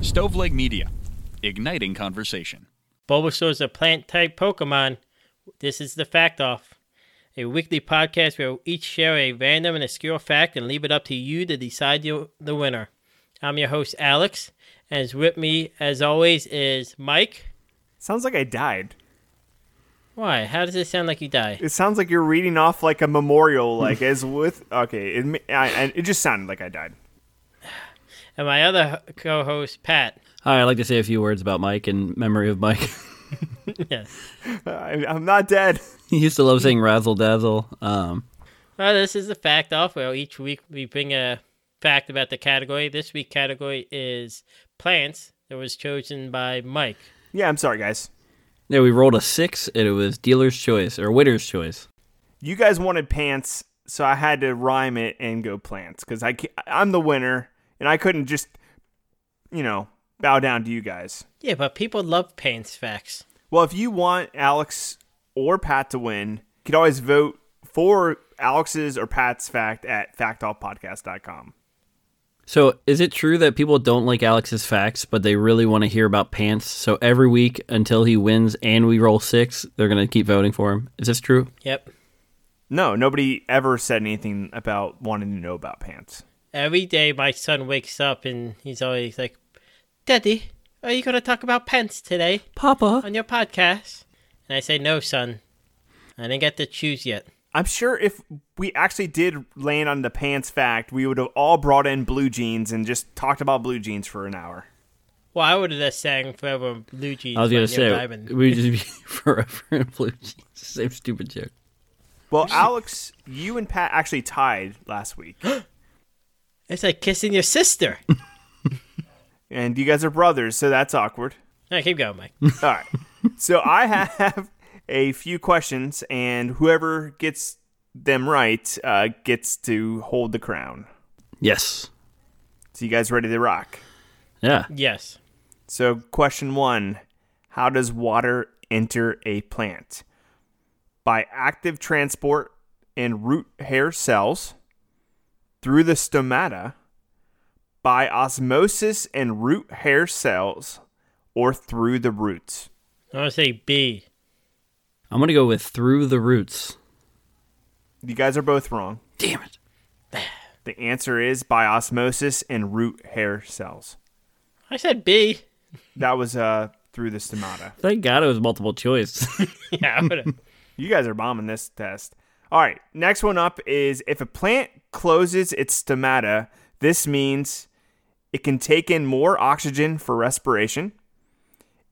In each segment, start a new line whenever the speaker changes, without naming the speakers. Stoveleg Media, igniting conversation.
Bulbasaur is a plant type Pokemon. This is the Fact Off, a weekly podcast where we each share a random and obscure fact and leave it up to you to decide you, the winner. I'm your host, Alex, and as with me, as always, is Mike.
Sounds like I died.
Why? How does it sound like you die?
It sounds like you're reading off like a memorial, like as with. Okay, it ma- I, I, it just sounded like I died.
And my other co host, Pat.
Hi, I'd like to say a few words about Mike in memory of Mike.
Yes.
I, I'm not dead.
he used to love saying razzle dazzle. Um,
Well, this is the fact off where each week we bring a fact about the category. This week category is plants that was chosen by Mike.
Yeah, I'm sorry, guys.
yeah, we rolled a six, and it was dealer's choice or winner's choice.
You guys wanted pants, so I had to rhyme it and go plants because I ca- I'm the winner, and I couldn't just, you know, bow down to you guys.
Yeah, but people love pants facts.
Well, if you want Alex or Pat to win, you could always vote for Alex's or Pat's fact at factoffpodcast.com.
So, is it true that people don't like Alex's facts, but they really want to hear about pants? So every week until he wins and we roll six, they're gonna keep voting for him. Is this true?
Yep.
No, nobody ever said anything about wanting to know about pants.
Every day my son wakes up and he's always like, Daddy, are you going to talk about pants today
Papa,
on your podcast? And I say, No, son. I didn't get to choose yet.
I'm sure if we actually did land on the pants fact, we would have all brought in blue jeans and just talked about blue jeans for an hour.
Well, I would have just sang forever in blue jeans.
I was gonna
by Neil
say
Diamond.
we just be forever in blue jeans. Same stupid joke.
Well, Alex, you and Pat actually tied last week,
It's like kissing your sister.
and you guys are brothers, so that's awkward.
All right, keep going, Mike.
All right. So I have a few questions, and whoever gets them right uh, gets to hold the crown.
Yes.
So you guys ready to rock?
Yeah.
Yes.
So, question one How does water enter a plant? By active transport in root hair cells, through the stomata, by osmosis in root hair cells, or through the roots.
I want to say B.
I'm gonna go with through the roots.
You guys are both wrong.
Damn it.
The answer is by osmosis in root hair cells.
I said B.
That was uh, through the stomata.
Thank God it was multiple choice.
Yeah, I would have.
You guys are bombing this test. All right, next one up is if a plant closes its stomata, this means it can take in more oxygen for respiration.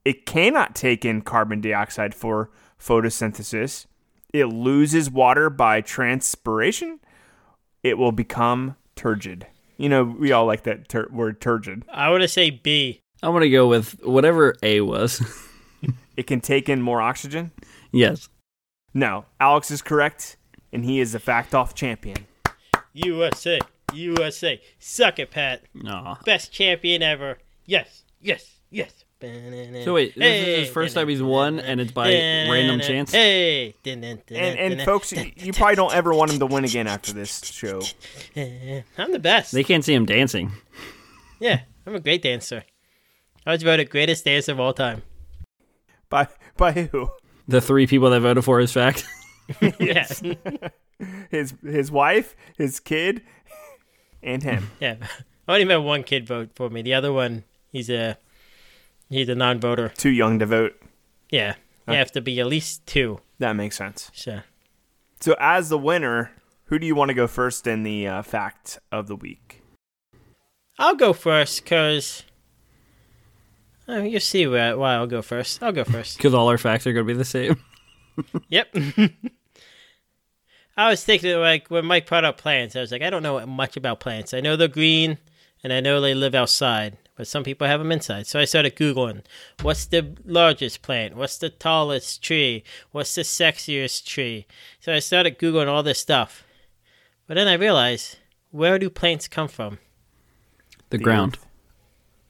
It cannot take in carbon dioxide for photosynthesis. It loses water by transpiration. It will become turgid. You know, we all like that tur- word turgid.
I would have say B.
I'm gonna go with whatever A was.
It can take in more oxygen.
yes.
No, Alex is correct, and he is the fact off champion.
USA. USA. Suck it, Pat.
No.
Best champion ever. Yes. Yes. Yes.
So wait, this is his first time he's won, and it's by random chance?
Hey.
and, and folks, you, you probably don't ever want him to win again after this show.
I'm the best.
They can't see him dancing.
Yeah, I'm a great dancer. I was voted greatest dancer of all time.
By by who?
The three people that voted for his fact.
Yes. Yeah.
His his wife, his kid, and him.
yeah. I only met one kid vote for me. The other one, he's a he's a non-voter.
Too young to vote.
Yeah. You have to be at least two.
That makes sense.
So
So as the winner, who do you want to go first in the uh, fact of the week?
I'll go first because oh, you see where, why I'll go first. I'll go first.
Because all our facts are going to be the same.
yep. I was thinking like when Mike brought up plants, I was like, I don't know much about plants. I know they're green and I know they live outside, but some people have them inside. So I started googling, what's the largest plant? What's the tallest tree? What's the sexiest tree? So I started googling all this stuff, but then I realized, where do plants come from?
The, ground.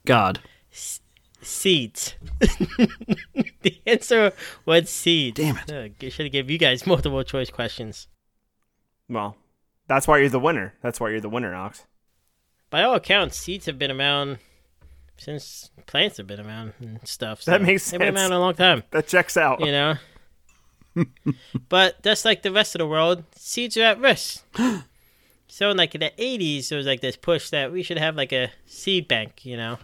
God.
Seeds. the answer was seeds.
Damn it.
Ugh, I should have gave you guys multiple choice questions.
Well, that's why you're the winner. That's why you're the winner, Alex.
By all accounts, seeds have been around since plants have been around and stuff.
That makes
They've been
sense.
around a long time,
That checks out.
you know. but that's like the rest of the world. Seeds are at risk. so in like in the '80s, there was like this push that we should have like a seed bank, you know.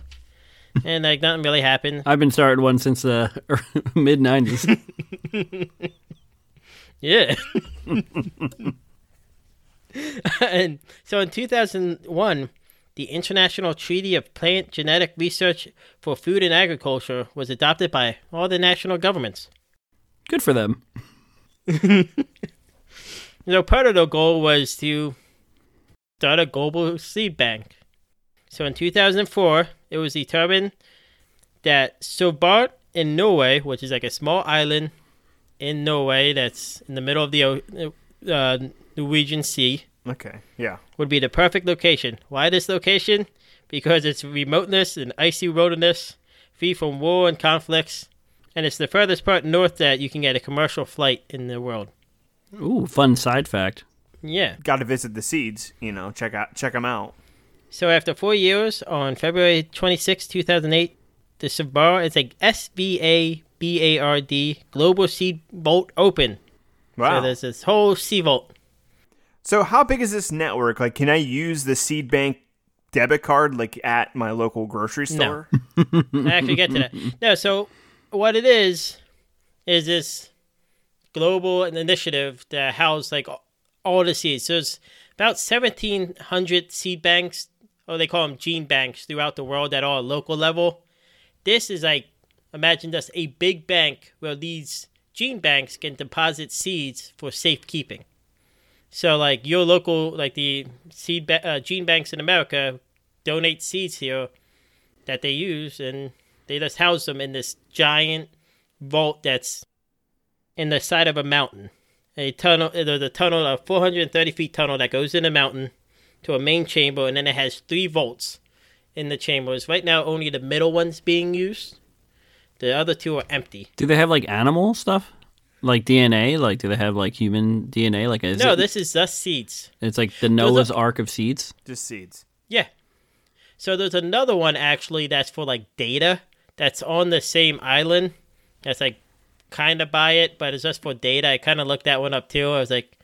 And like nothing really happened.
I've been starting one since the mid '90s.
Yeah. and so in 2001, the International Treaty of Plant Genetic Research for Food and Agriculture was adopted by all the national governments.
Good for them.
You know, part of the goal was to start a global seed bank. So in 2004, it was determined that Svalbard in Norway, which is like a small island in Norway that's in the middle of the o- uh, Norwegian Sea,
Okay. Yeah.
would be the perfect location. Why this location? Because it's remoteness and icy wilderness, free from war and conflicts, and it's the furthest part north that you can get a commercial flight in the world.
Ooh, fun side fact.
Yeah.
Got to visit the seeds. You know, check out check them out.
So after four years, on February 26, 2008, the Svalbard is a SVABARD Global Sea Vault Open.
Wow.
So there's this whole sea vault.
So how big is this network? Like, can I use the seed bank debit card like at my local grocery store?
I actually get to that. No, so what it is is this global initiative that housed like all the seeds. So there's about seventeen hundred seed banks, or they call them gene banks, throughout the world that are local level. This is like imagine just a big bank where these gene banks can deposit seeds for safekeeping. So like your local, like the seed ba- uh, gene banks in America, donate seeds here that they use, and they just house them in this giant vault that's in the side of a mountain. A tunnel, uh, there's a tunnel, a 430 feet tunnel that goes in a mountain to a main chamber, and then it has three vaults in the chambers. Right now, only the middle one's being used. The other two are empty.
Do they have like animal stuff, like DNA? Like, do they have like human DNA? Like, is
no,
it,
this is just seeds.
it's like the Noah's Ark of seeds.
Just seeds.
Yeah. So there's another one actually that's for like data that's on the same island. That's like kind of by it, but it's just for data. I kind of looked that one up too. I was like,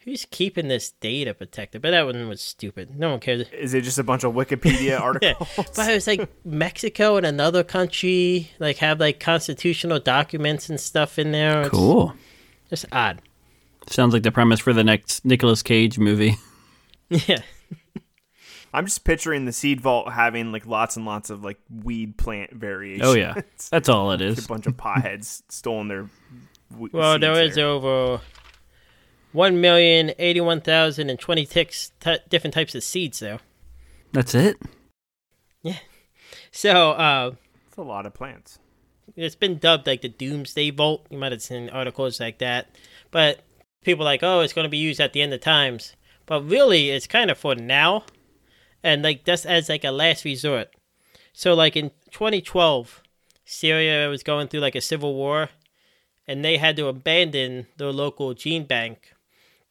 who's keeping this data protected? But that one was stupid. No one cares.
Is it just a bunch of Wikipedia
Yeah.
articles?
but it was like Mexico and another country like have like constitutional documents and stuff in there. It's
Cool.
Just odd.
Sounds like the premise for the next Nicolas Cage movie.
Yeah.
I'm just picturing the seed vault having like lots and lots of like weed plant variations.
Oh yeah, that's all it
a
is.
bunch of potheads stolen their. w-
Well,
seeds
there is
there.
over one million eighty-one thousand and twenty-six t- different types of seeds, though.
That's it.
So uh,
It's a lot of plants.
it's been dubbed like the Doomsday Vault. You might have seen articles like that, but people are like, oh, it's going to be used at the end of times. But really, it's kind of for now, and like just as like a last resort. So like in 2012, Syria was going through like a civil war, and they had to abandon their local gene bank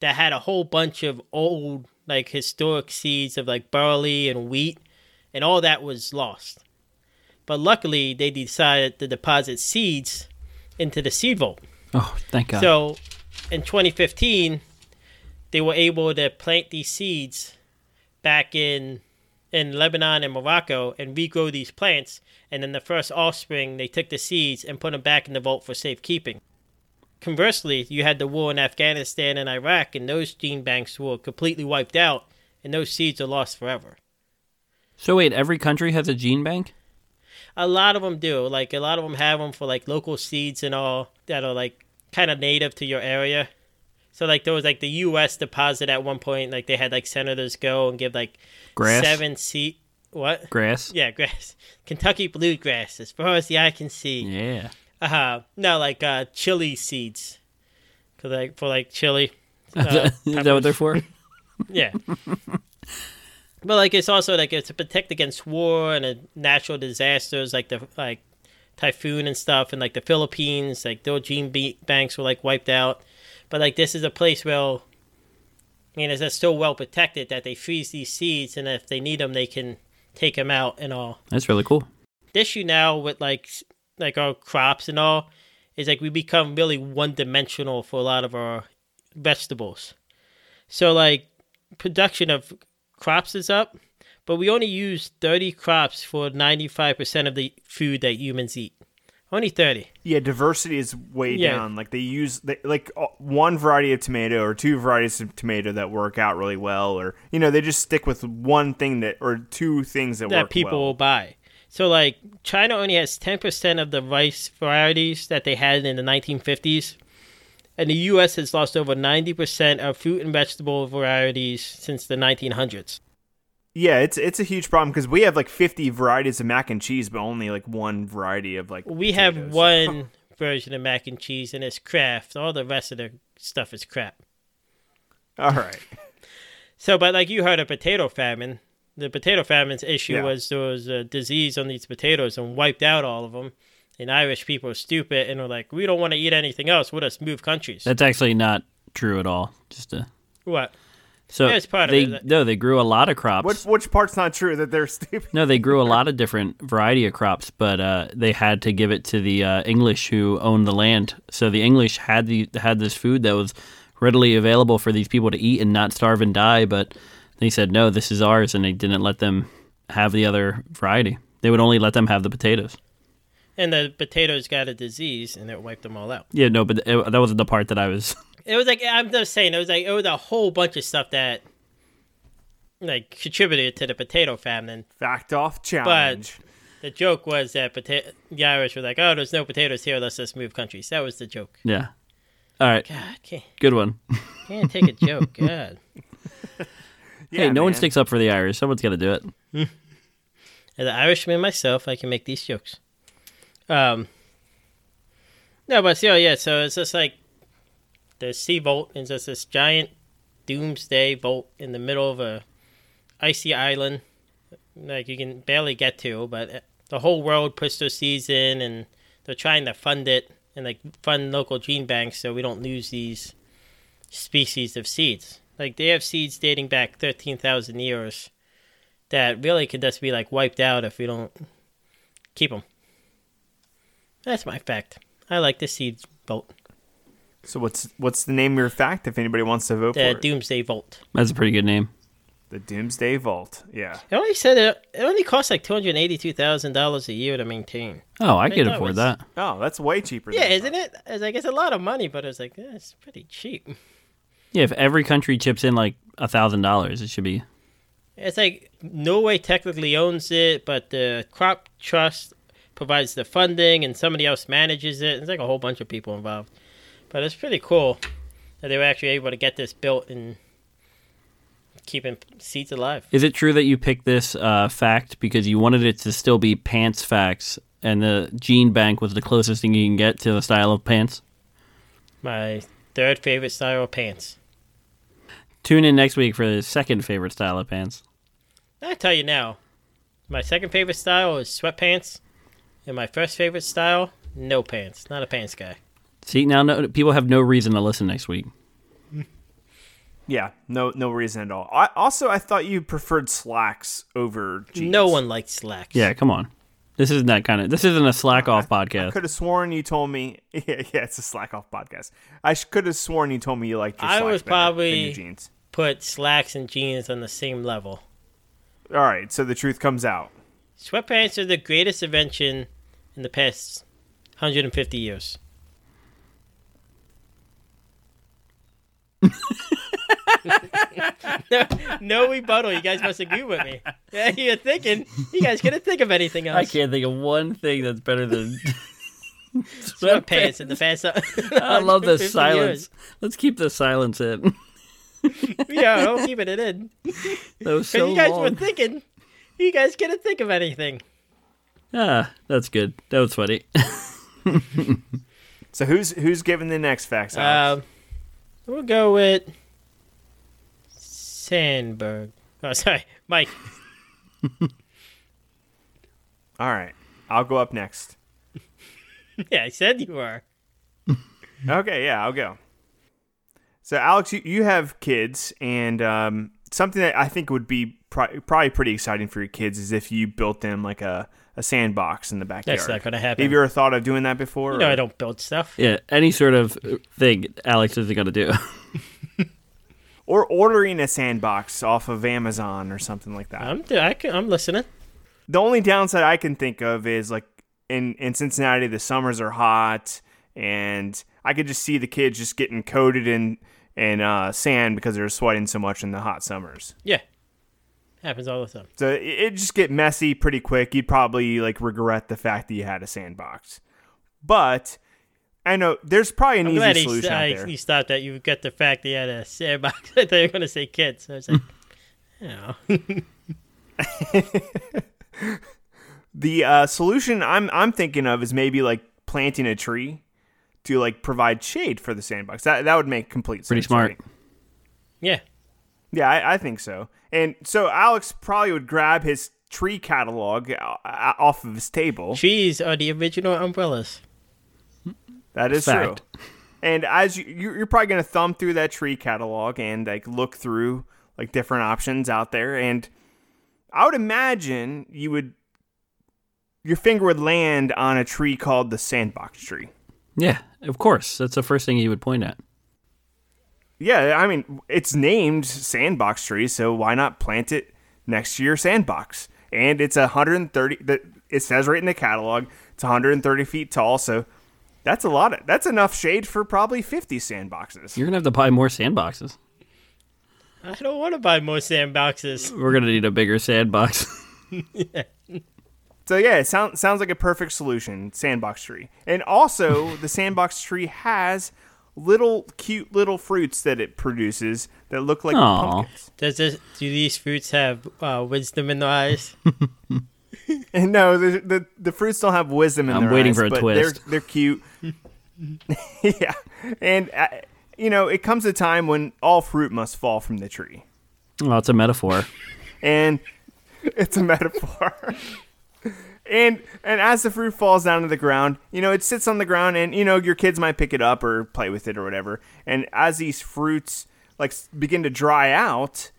that had a whole bunch of old like historic seeds of like barley and wheat, and all that was lost but luckily they decided to deposit seeds into the seed vault.
Oh, thank God.
So in 2015, they were able to plant these seeds back in in Lebanon and Morocco and regrow these plants. And then the first offspring, they took the seeds and put them back in the vault for safekeeping. Conversely, you had the war in Afghanistan and Iraq, and those gene banks were completely wiped out, and those seeds are lost forever.
so wait, every country has a gene bank.
A lot of them do. Like a lot of them have them for like local seeds and all that are like kind of native to your area. So like there was like the U.S. deposit at one point. Like they had like senators go and give like
Grass?
seven seed. What?
Grass.
Yeah, grass. Kentucky bluegrass, as far as the eye can see.
Yeah.
Uh-huh. No, like uh chili seeds. 'Cause, like for like chili. Uh,
is that what they're for?
yeah. but like it's also like it's to protect against war and uh, natural disasters like the like typhoon and stuff and like the Philippines like their gene be- banks were like wiped out. But like this is a place where I mean it's just so well protected that they freeze these seeds and if they need them they can take them out and all.
That's really cool.
The issue now with like s- like our crops and all is like we become really one dimensional for a lot of our vegetables. So like production of crops is up, but we only use 30 crops for 95% of the food that humans eat. Only 30.
Yeah, diversity is way
Yeah.
down. Like they use they, like uh, one variety of tomato or two varieties of tomato that work out really well, or you know they just stick with one thing that or two things that,
that
work
people
well.
will buy. So like China only has 10% of the rice varieties that they had in the 1950s. And the US has lost over 90% of fruit and vegetable varieties since the 1900s.
Yeah, it's it's a huge problem because we have like fifty varieties of mac and cheese, but only like one variety of like.
We have
potatoes.
one version of mac and cheese and it's Kraft. All the rest of the stuff is crap.
All right.
So, but like you heard of potato famine, the potato famine's issue
Yeah.
was there was a disease on these potatoes and wiped out all of them. And Irish people are stupid and are like, we don't want to eat anything else. We'll just move countries.
That's actually not true at all. Just to
what?
so
Yeah, it's part of
they
it.
no, they grew a lot of crops.
Which which part's not true that they're stupid?
No, they grew a lot of different variety of crops, but uh, they had to give it to the uh, English who owned the land. So the English had the had this food that was readily available for these people to eat and not starve and die. But they said no, this is ours, and they didn't let them have the other variety. They would only let them have the potatoes.
And the potatoes got a disease, and it wiped them all out.
Yeah, no, but it, that wasn't the part that I was.
It was like I'm just saying, it was like it was a whole bunch of stuff that like contributed to the potato famine.
Fact off challenge.
The joke was that pota- the Irish were like, "Oh, there's no potatoes here. Let's just move countries." That was the joke.
Yeah. All right,
God, can't
good one.
can't take a joke. God,
Yeah,
hey, no one
man.
sticks up for the Irish. Someone's got to do it.
as an Irishman myself, I can make these jokes. Um, no, but so yeah, so it's just like the sea vault is just this giant doomsday vault in the middle of a icy island, like you can barely get to. But uh, the whole world puts their seeds in, and they're trying to fund it and like fund local gene banks so we don't lose these species of seeds. Like they have seeds dating back thirteen thousand years that really could just be like wiped out if we don't keep them. That's my fact. I like the seed vault,
So what's what's the name of your fact if anybody wants to vote
the
for it?
Doomsday Vault.
That's a pretty good name.
the Doomsday Vault. Yeah.
It only said it, it only costs like two hundred eighty-two thousand dollars a year to maintain.
Oh, I
Hey,
could
no,
afford
it's-
that.
Oh, that's way cheaper.
Yeah,
than I
isn't it? It's like it's a lot of money, but it's like eh, it's pretty cheap.
Yeah, if every country chips in like a thousand dollars, it should be
It's like Norway technically owns it, but the crop trust provides the funding, and somebody else manages it. It's like a whole bunch of people involved, but it's pretty cool that they were actually able to get this built and keeping seeds alive.
Is it true that you picked this uh, fact because you wanted it to still be pants facts, and the gene bank was the closest thing you can get to the style of pants?
My third favorite style of pants.
Tune in next week for the second favorite style of pants.
I tell you now, my second favorite style is sweatpants, and my first favorite style, no pants. Not a pants guy.
See, now no, people have no reason to listen next week.
Yeah, no, no reason at all. I, also, I thought you preferred slacks over jeans.
No one likes slacks.
Yeah, come on. This isn't that kind of. This isn't a slack off podcast.
could have sworn you told me. Yeah, yeah, it's a slack off podcast. I sh- could have sworn you told me you liked your
I
slacks
was
better than your
probably-
jeans.
Put slacks and jeans on the same level.
All right, so the truth comes out.
Sweatpants are the greatest invention in the past 150 years. no, no rebuttal. You guys must agree with me. Yeah, you're thinking. You guys couldn't think of anything else.
I can't think of one thing that's better than
Sweatpants in the past.
I love the
150
silence. Let's keep the silence in.
Years. Yeah, I'm keeping it in.
That was
'Cause
so
you guys
long.
were thinking. You guys couldn't think of anything.
ah, that's good. That was funny.
So who's who's giving the next facts? Alex?
Um, we'll go with Sandberg. Oh, sorry, Mike. Um,
all right, I'll go up next.
yeah, I said you were.
Okay, yeah, I'll go. So Alex, you, you have kids, and um, something that I think would be pro- probably pretty exciting for your kids is if you built them like a, a sandbox in the backyard.
That's not gonna happen.
Have you ever thought of doing that before?
You know,
or-
I don't build stuff.
Yeah, any sort of thing Alex isn't going to do.
Or ordering a sandbox off of Amazon or something like that.
I'm I can, I'm listening.
the only downside I can think of is like in in Cincinnati the summers are hot and I could just see the kids just getting coated in in uh, sand because they're sweating so much in the hot summers.
Yeah, happens all the time.
So it, it just get messy pretty quick. You'd probably like regret the fact that you had a sandbox. But I know there's probably an
I'm glad
easy
he,
solution
I,
out there.
he stopped at you. Got the fact that he had a sandbox. I thought you were gonna say kids. I was like, "Oh." you know,
The uh, solution I'm I'm thinking of is maybe like planting a tree to like provide shade for the sandbox. That that would make complete sense.
Pretty
I
smart.
think.
yeah.
Yeah, I, I think so. And so Alex probably would grab his tree catalog o- o- off of his table.
Trees are the original umbrellas.
That is
Fact.
true. And as you, you- you're probably gonna thumb through that tree catalog and like look through like different options out there, and I would imagine you would your finger would land on a tree called the sandbox tree.
Yeah, of course. That's the first thing he would point at.
Yeah, I mean, it's named sandbox tree, so why not plant it next to your sandbox? And it's 130. the- It says right in the catalog, it's 130 feet tall, so that's a lot. Of, that's enough shade for probably 50 sandboxes.
You're going to have to buy more sandboxes.
I don't want to buy more sandboxes.
We're going to need a bigger sandbox.
So yeah, it sounds sounds like a perfect solution, sandbox tree. And also, the sandbox tree has little cute little fruits that it produces that look like
Aw.
pumpkins.
Does this? Do these fruits have uh, wisdom in their eyes?
And no, the, the the fruits don't have wisdom in
I'm
their
waiting
eyes,
for a
but
twist.
They're, they're cute. yeah, and uh, you know, it comes a time when all fruit must fall from the tree,
well, it's a metaphor.
and it's a metaphor. and and as the fruit falls down to the ground, you know, it sits on the ground, and you know, your kids might pick it up or play with it or whatever. And as these fruits like s- begin to dry out,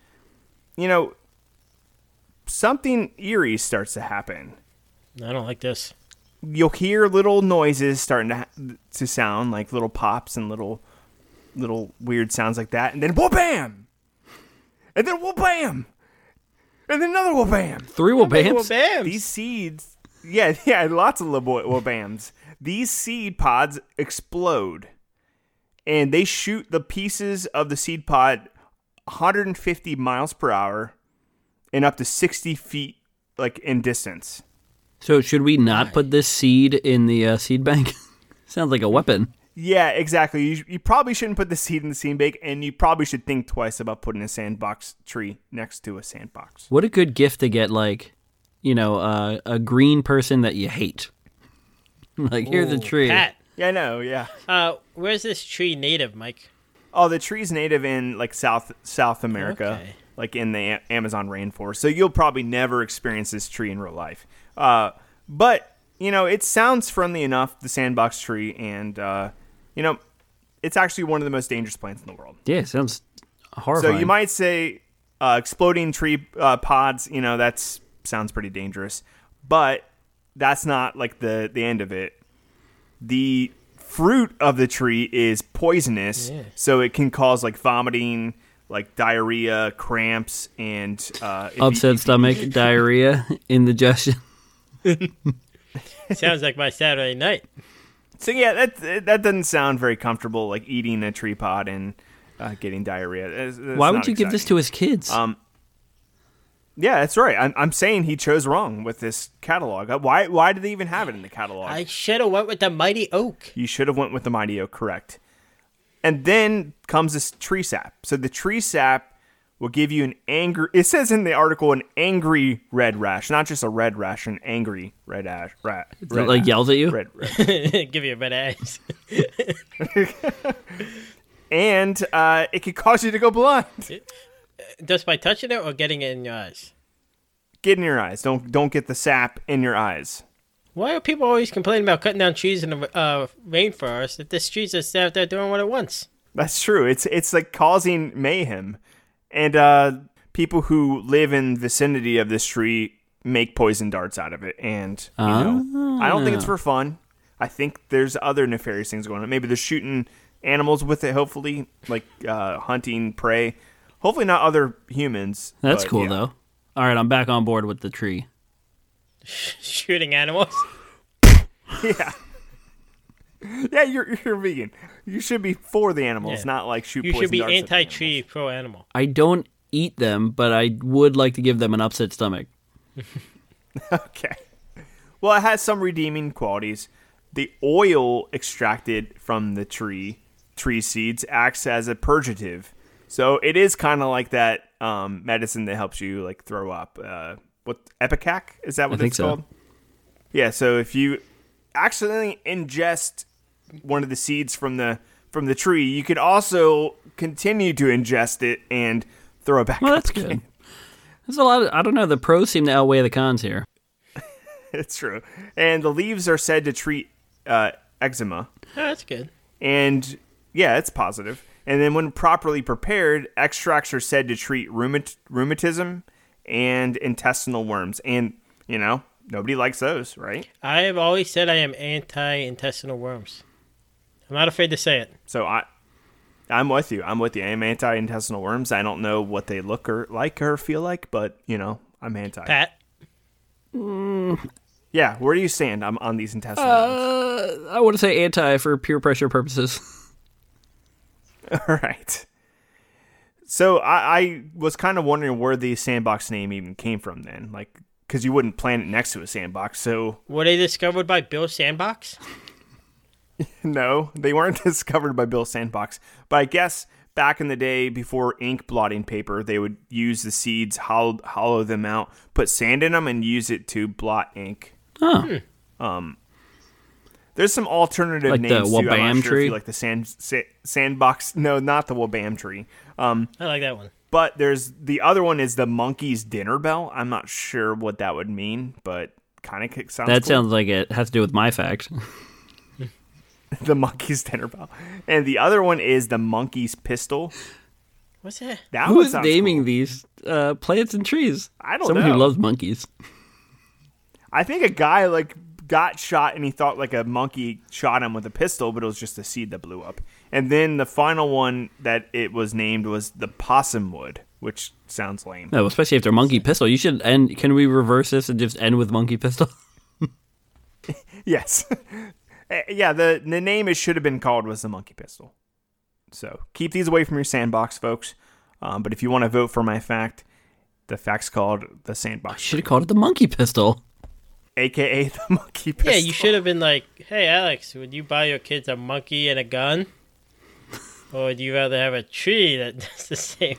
you know, something eerie starts to happen.
I don't like this.
you'll hear little noises starting to to sound like little pops and little little weird sounds like that, and then whoa bam, and then whoa bam, and then another whoa bam.
Three will
Well,
bams.
bam.
These seeds, yeah, yeah, lots of little boy- whoa bams. These seed pods explode, and they shoot the pieces of the seed pod 150 miles per hour and up to 60 feet like in distance.
So should we not put this seed in the uh, seed bank? Sounds like a weapon.
Yeah, exactly. You, you probably shouldn't put the seed in the seed bank, and you probably should think twice about putting a sandbox tree next to a sandbox.
What a good gift to get, like, you know, uh, a green person that you hate. like, here's a tree.
Pat,
Yeah, I know. Yeah.
uh, where's this tree native, Mike?
Oh, the tree's native in like South South America,
Okay.
like in the A- Amazon rainforest. So you'll probably never experience this tree in real life. Uh, but you know, it sounds friendly enough, the sandbox tree, and uh, you know, it's actually one of the most dangerous plants in the world.
Yeah, sounds
So
horrifying.
you might say uh, exploding tree uh, pods. You know that's sounds pretty dangerous, but that's not like the the end of it. The fruit of the tree is poisonous, so it can cause like vomiting, like diarrhea, cramps, and uh, if you-
Upset stomach, diarrhea, indigestion.
Sounds like my Saturday night.
So yeah, that that doesn't sound very comfortable. Like eating a tree pod and uh, getting diarrhea. It's- it's
Why would
not
you give this
exciting. Um,
to his kids?
Yeah, that's right. I'm, I'm saying he chose wrong with this catalog. Uh, Why why did they even have it in the catalog?
I should have went with the mighty oak.
you should have went with the mighty oak, correct? And then comes this tree sap. So the tree sap will give you an angry. It says in the article an angry red rash, not just a red rash, an angry red ash. Ra- red
like
ash.
yells at you?
Red, red.
Give you a red ass.
and uh, it could cause you to go blind.
Just by touching it or getting it in your eyes.
Get in your eyes. Don't don't get the sap in your eyes.
Why are people always complaining about cutting down trees in the uh, rainforest if this tree's just out there doing what it wants?
That's true. It's it's like causing mayhem, and uh, people who live in vicinity of this tree make poison darts out of it, and you know, I don't think it's for fun. I think there's other nefarious things going on. Maybe they're shooting animals with it. Hopefully, like uh, hunting prey. Hopefully, not other humans.
That's
but,
cool
yeah.
though. All right, I'm back on board with the tree.
Shooting animals.
Yeah, you're you're vegan. You should be for the animals,
Yeah.
not like shoot.
You
poison
should be
darts at them.
anti-tree, pro-animal.
I don't eat them, but I would like to give them an upset stomach.
Okay. Well, it has some redeeming qualities. The oil extracted from the tree tree seeds acts as a purgative, so it is kind of like that um, medicine that helps you like throw up. Uh, what Epicac is that what
think
it's
so.
called? Yeah. So if you accidentally ingest one of the seeds from the from the tree, you could also continue to ingest it and throw it back.
Well,
up
that's
again.
good. There's a lot. Of, I don't know. The pros seem to outweigh the cons here.
It's true. And the leaves are said to treat uh, eczema.
Oh, that's good.
And yeah, it's positive. And then when properly prepared, extracts are said to treat rheumat- rheumatism and intestinal worms. And, you know, nobody likes those, right?
I have always said I am anti-intestinal worms. I'm not afraid to say it.
So I. I'm with you. I'm with you. I'm anti-intestinal worms. I don't know what they look or like or feel like, but you know, I'm anti.
Pat,
Yeah, where do you stand? I'm on these intestinal. worms?
Uh, I want to say anti for peer pressure purposes.
All right. So I, I was kind of wondering where the sandbox name even came from then, like because you wouldn't plant it next to a sandbox. So
were they discovered by Bill Sandbox?
no, they weren't discovered by Bill Sandbox. But I guess back in the day, before ink blotting paper, they would use the seeds, hollow, hollow them out, put sand in them, and use it to blot ink. Um,
Oh.
There's some alternative
Like the
names too. I'm not
Wabam
sure if you
tree?
like the sand sa- sandbox. No, not the Wabam tree. Um,
I like that one.
But there's the other one is the monkey's dinner bell. I'm not sure what that would mean, but kind of sounds.
That
cool.
sounds like it has to do with my fact.
the monkey's dinner bell, and the other one is the monkey's pistol.
What's that?
That one
Who's
sounds
naming
cool.
these uh, plants and trees?
I don't
Someone
know.
who loves monkeys.
I think a guy like got shot and he thought like a monkey shot him with a pistol, but it was just a seed that blew up. And then the final one that it was named was the possum wood, which sounds lame.
No, especially if they're monkey pistol. You should end. Can we reverse this and just end with monkey pistol?
Yes. Eh, yeah, the, the name it should have been called was the Monkey Pistol. So keep these away from your sandbox, folks. Um, but if you want to vote for my fact, the fact's called the sandbox,
should have called it the monkey pistol.
aka the Monkey Pistol.
Yeah, you should have been like, "Hey, Alex, would you buy your kids a monkey and a gun, or would you rather have a tree that does the same?"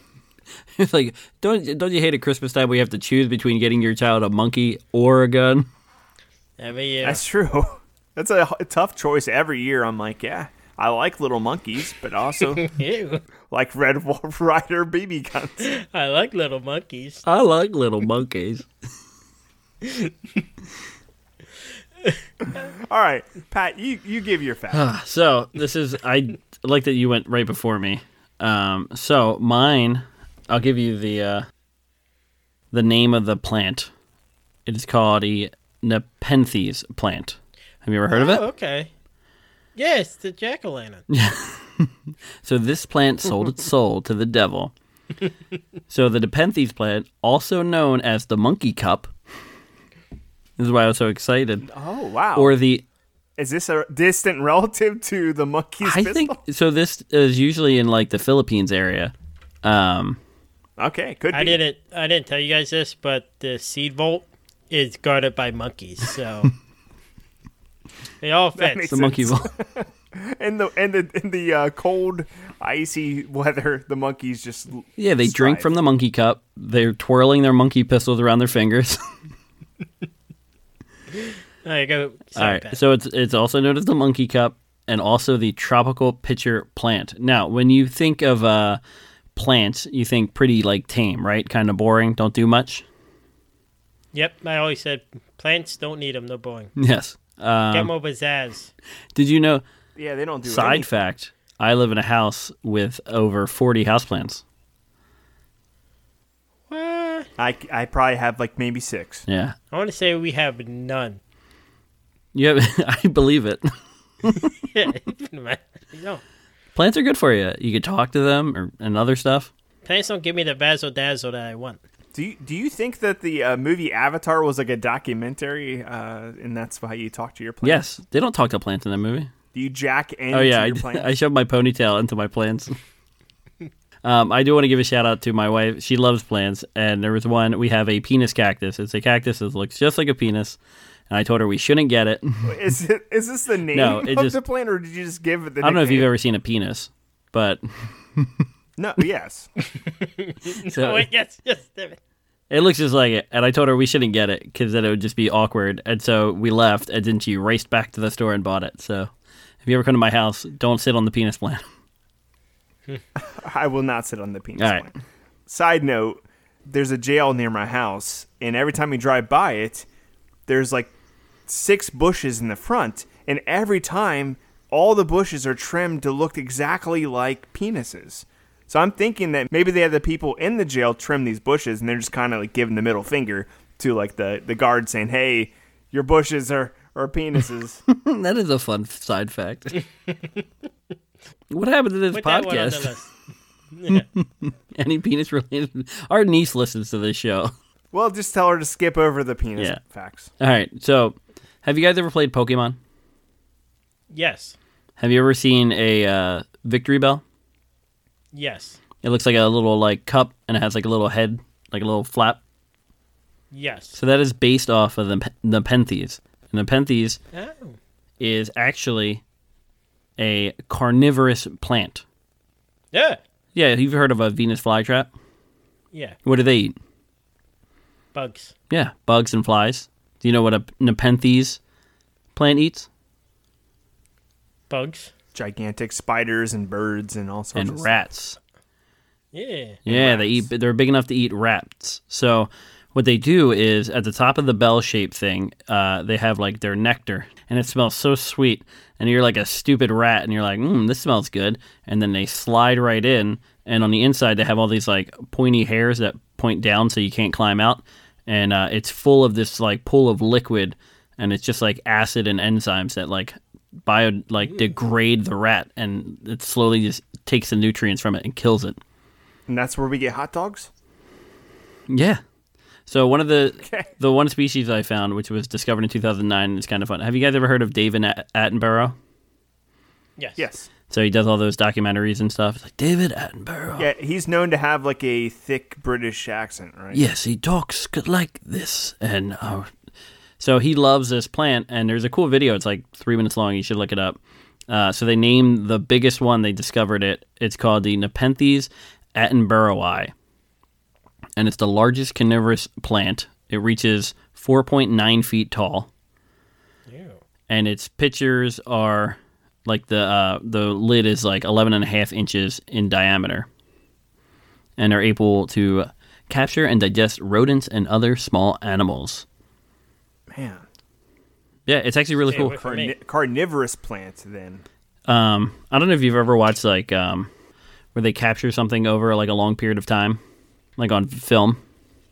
It's like don't don't you hate at Christmas time we have to choose between getting your child a monkey or a gun?
Every year,
That's true. That's a h- tough choice every year. I'm like, yeah, I like little monkeys, but also
Ew.
like Red Wolf Rider BB guns.
I like little monkeys.
I like little monkeys.
All right, Pat, you, you give your fact.
So this is I like that you went right before me. Um, so mine, I'll give you the uh, the name of the plant. It is called a Nepenthes plant. Have you ever heard of it?
Oh, okay. Yes, the jack o' lantern.
So this plant sold its soul to the devil. so the Nepenthes plant, also known as the monkey cup, this is why I was so excited.
oh wow.
Or the
is this a distant relative to the monkey's
I
pistol?
think so. This is usually in like the Philippines area. Um,
okay, could be.
I didn't. I didn't tell you guys this, but the seed vault is guarded by monkeys, so it all
makes
fits.
the monkey.
Sense. and the and the in the uh, cold, icy weather, the monkeys just
Yeah, they drink
strive.
from the monkey cup. They're twirling their monkey pistols around their fingers.
There you go.
All
Sorry,
right.
Pat.
So it's it's also known as the monkey cup and also the tropical pitcher plant. Now, when you think of uh, plants, you think pretty like tame, right? Kind of boring, don't do much.
Yep, I always said plants don't need them. They're boring.
Yes. Uh,
Get 'em over pizzazz.
did you know?
yeah they don't do
Side
anything.
fact: I live in a house with over forty houseplants.
Florida?
I, I probably have like maybe six.
Yeah.
I want to say we have none.
Yeah, I believe it.
Yeah, no.
Plants are good for you. You could talk to them or, and other stuff.
Plants don't give me the basil dazzle that I want.
Do you, do you think that the uh, movie Avatar was like a documentary, uh, and that's why you talk to your plants?
Yes, they don't talk to plants in that movie.
Do you jack into
Oh yeah, I,
your
d-
plants?
I shoved my ponytail into my plants. um, I do want to give a shout out to my wife. She loves plants, and there was one. We have a penis cactus. It's a cactus that looks just like a penis, and I told her we shouldn't get it. I
Is it is this the name
No,
of
it just-
the plant, or did you just give it the?
don't know if you've ever seen a penis, but
No. Yes.
so-
Oh, wait, yes, yes, damn it.
It looks just like it. And I told her we shouldn't get it because then it would just be awkward. And so we left, and then she raced back to the store and bought it. So if you ever come to my house, don't sit on the penis plant.
I will not sit on the penis
All right.
plant. Side note: There's a jail near my house, and every time you drive by it, there's like six bushes in the front, and every time all the bushes are trimmed to look exactly like penises. So I'm thinking that maybe they had the people in the jail trim these bushes, and they're just kind of like giving the middle finger to like the the guard saying, "Hey, your bushes are are penises."
that is a fun f- side fact. what happened to this
Put that one on the
podcast?
list.
Any penis related? Our niece listens to this show.
Well, just tell her to skip over the penis
Yeah.
facts.
All right. So have you guys ever played Pokemon?
Yes,
Have you ever seen a uh, victory bell?
yes,
It looks like a little like cup and it has like a little head, like a little flap.
yes.
So that is based off of the the Penthes. And the Penthes
Oh,
is actually a carnivorous plant.
yeah,
Yeah, you've heard of a Venus flytrap.
yeah.
What do they eat?
Bugs.
Yeah, bugs and flies. Do you know what a Nepenthes plant eats?
Bugs.
Gigantic spiders and birds and all sorts
And
of
rats.
Yeah.
Yeah, they eat. They're big enough to eat rats. So what they do is at the top of the bell shaped thing, uh, they have like their nectar, and it smells so sweet. And you're like a stupid rat, and you're like, mm, this smells good. And then they slide right in, and on the inside they have all these like pointy hairs that point down, so you can't climb out. And uh, it's full of this like pool of liquid, and it's just like acid and enzymes that like bio like degrade the rat, and it slowly just takes the nutrients from it and kills it.
stuff. And that's where we get hot dogs?
Yeah. So one of the the one species I found, which was discovered in 2009, and it's kind of fun. Have you guys ever heard of David At- Attenborough?
Yes.
Yes.
So he does all those documentaries and stuff. It's like David Attenborough.
Yeah, he's known to have like a thick British accent, right?
Yes, he talks c- like this, and uh, so he loves this plant. And there's a cool video. It's like three minutes long. You should look it up. Uh, so they named the biggest one. They discovered it. It's called the Nepenthes Attenboroughi, and it's the largest carnivorous plant. It reaches 4.9 feet tall.
Ew.
and its pictures are like the uh, the lid is like 11 and a half inches in diameter and are able to capture and digest rodents and other small animals
Man.
yeah it's actually really
Stay
cool
away from me.
Carni- carnivorous plant then.
um, i don't know if you've ever watched like um, where they capture something over like a long period of time like on film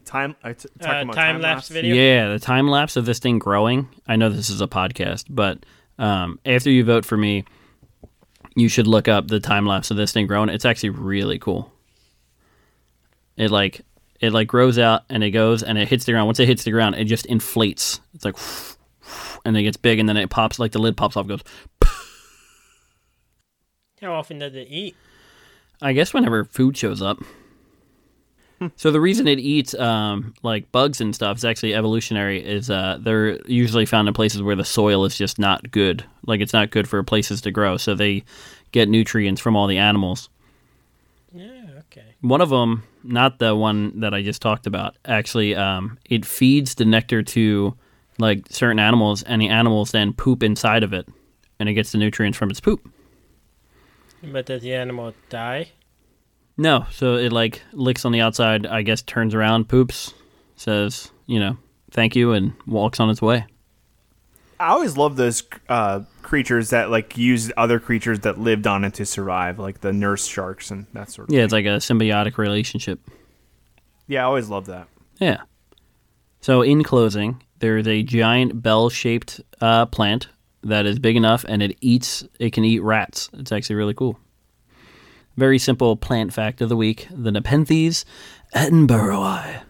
Time I t- talking
Uh,
about
time lapse video.
Yeah, the time lapse of this thing growing. I know this is a podcast, but um, after you vote for me, you should look up the time lapse of this thing growing. It's actually really cool. It like it like grows out and it goes and it hits the ground. Once it hits the ground, it just inflates. It's like and it gets big and then it pops like the lid pops off. Goes.
How often does it eat?
I guess whenever food shows up. So the reason it eats um, like bugs and stuff is actually evolutionary. Is uh, they're usually found in places where the soil is just not good. Like it's not good for places to grow. So they get nutrients from all the animals.
Yeah. Okay.
One of them, not the one that I just talked about, actually um, it feeds the nectar to like certain animals, and the animals then poop inside of it, and it gets the nutrients from its poop.
But does the animal die?
No, so it like licks on the outside, I guess turns around, poops, says, you know, thank you and walks on its way.
I always love those uh, creatures that like used other creatures that lived on it to survive, like the nurse sharks and that sort of
Yeah, it's like a symbiotic relationship.
Yeah, I always love that.
Yeah. So, in closing, there is a giant bell shaped uh, plant that is big enough and it eats, it can eat rats. It's actually really cool. Very simple plant fact of the week the Nepenthes edinburghi.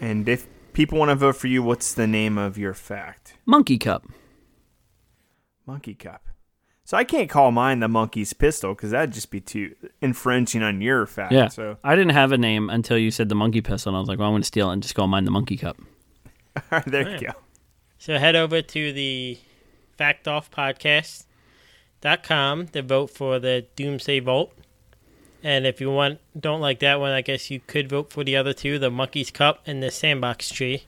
And if people want to vote for you, what's the name of your fact?
Monkey cup.
Monkey cup. So I can't call mine the monkey's pistol because that'd just be too infringing on your fact.
Yeah.
So
I didn't have a name until you said the monkey pistol, and I was like, well, I'm going to steal it and just call mine the monkey cup.
all right, there you go.
So head over to the Fact Off Podcast dot com to vote for the Doomsday Vault. And if you want don't like that one, I guess you could vote for the other two, the Monkey's Cup and the Sandbox Tree.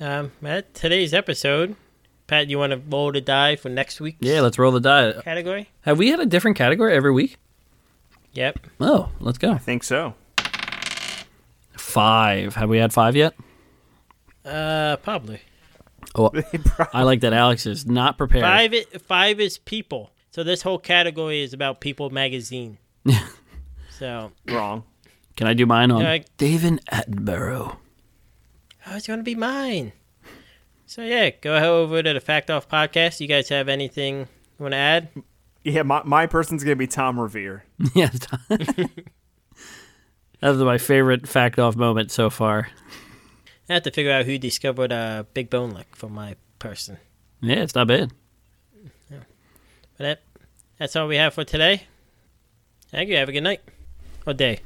Um, at today's episode, Pat, you want to roll the die for next week's
Yeah, let's roll the die.
category?
Have we had a different category every week?
Yep.
Oh, let's go.
I think so.
Five. Have we had five yet?
Uh, probably.
Oh, I like that Alex is not prepared.
Five. i- Five is people. So this whole category is about People Magazine. so
Wrong.
Can I do mine on
Yeah, I-
David Attenborough?
Oh, it's going to be mine. So, yeah, go over to the Fact Off podcast. You guys have anything you want to add?
Yeah, my, my person's gonna be Tom Revere.
yeah, that was my favorite fact off moment so far.
I have to figure out who discovered uh, Big Bone Lick for my person.
Yeah, it's not bad.
But that, that's all we have for today. Thank you. Have a good night or day.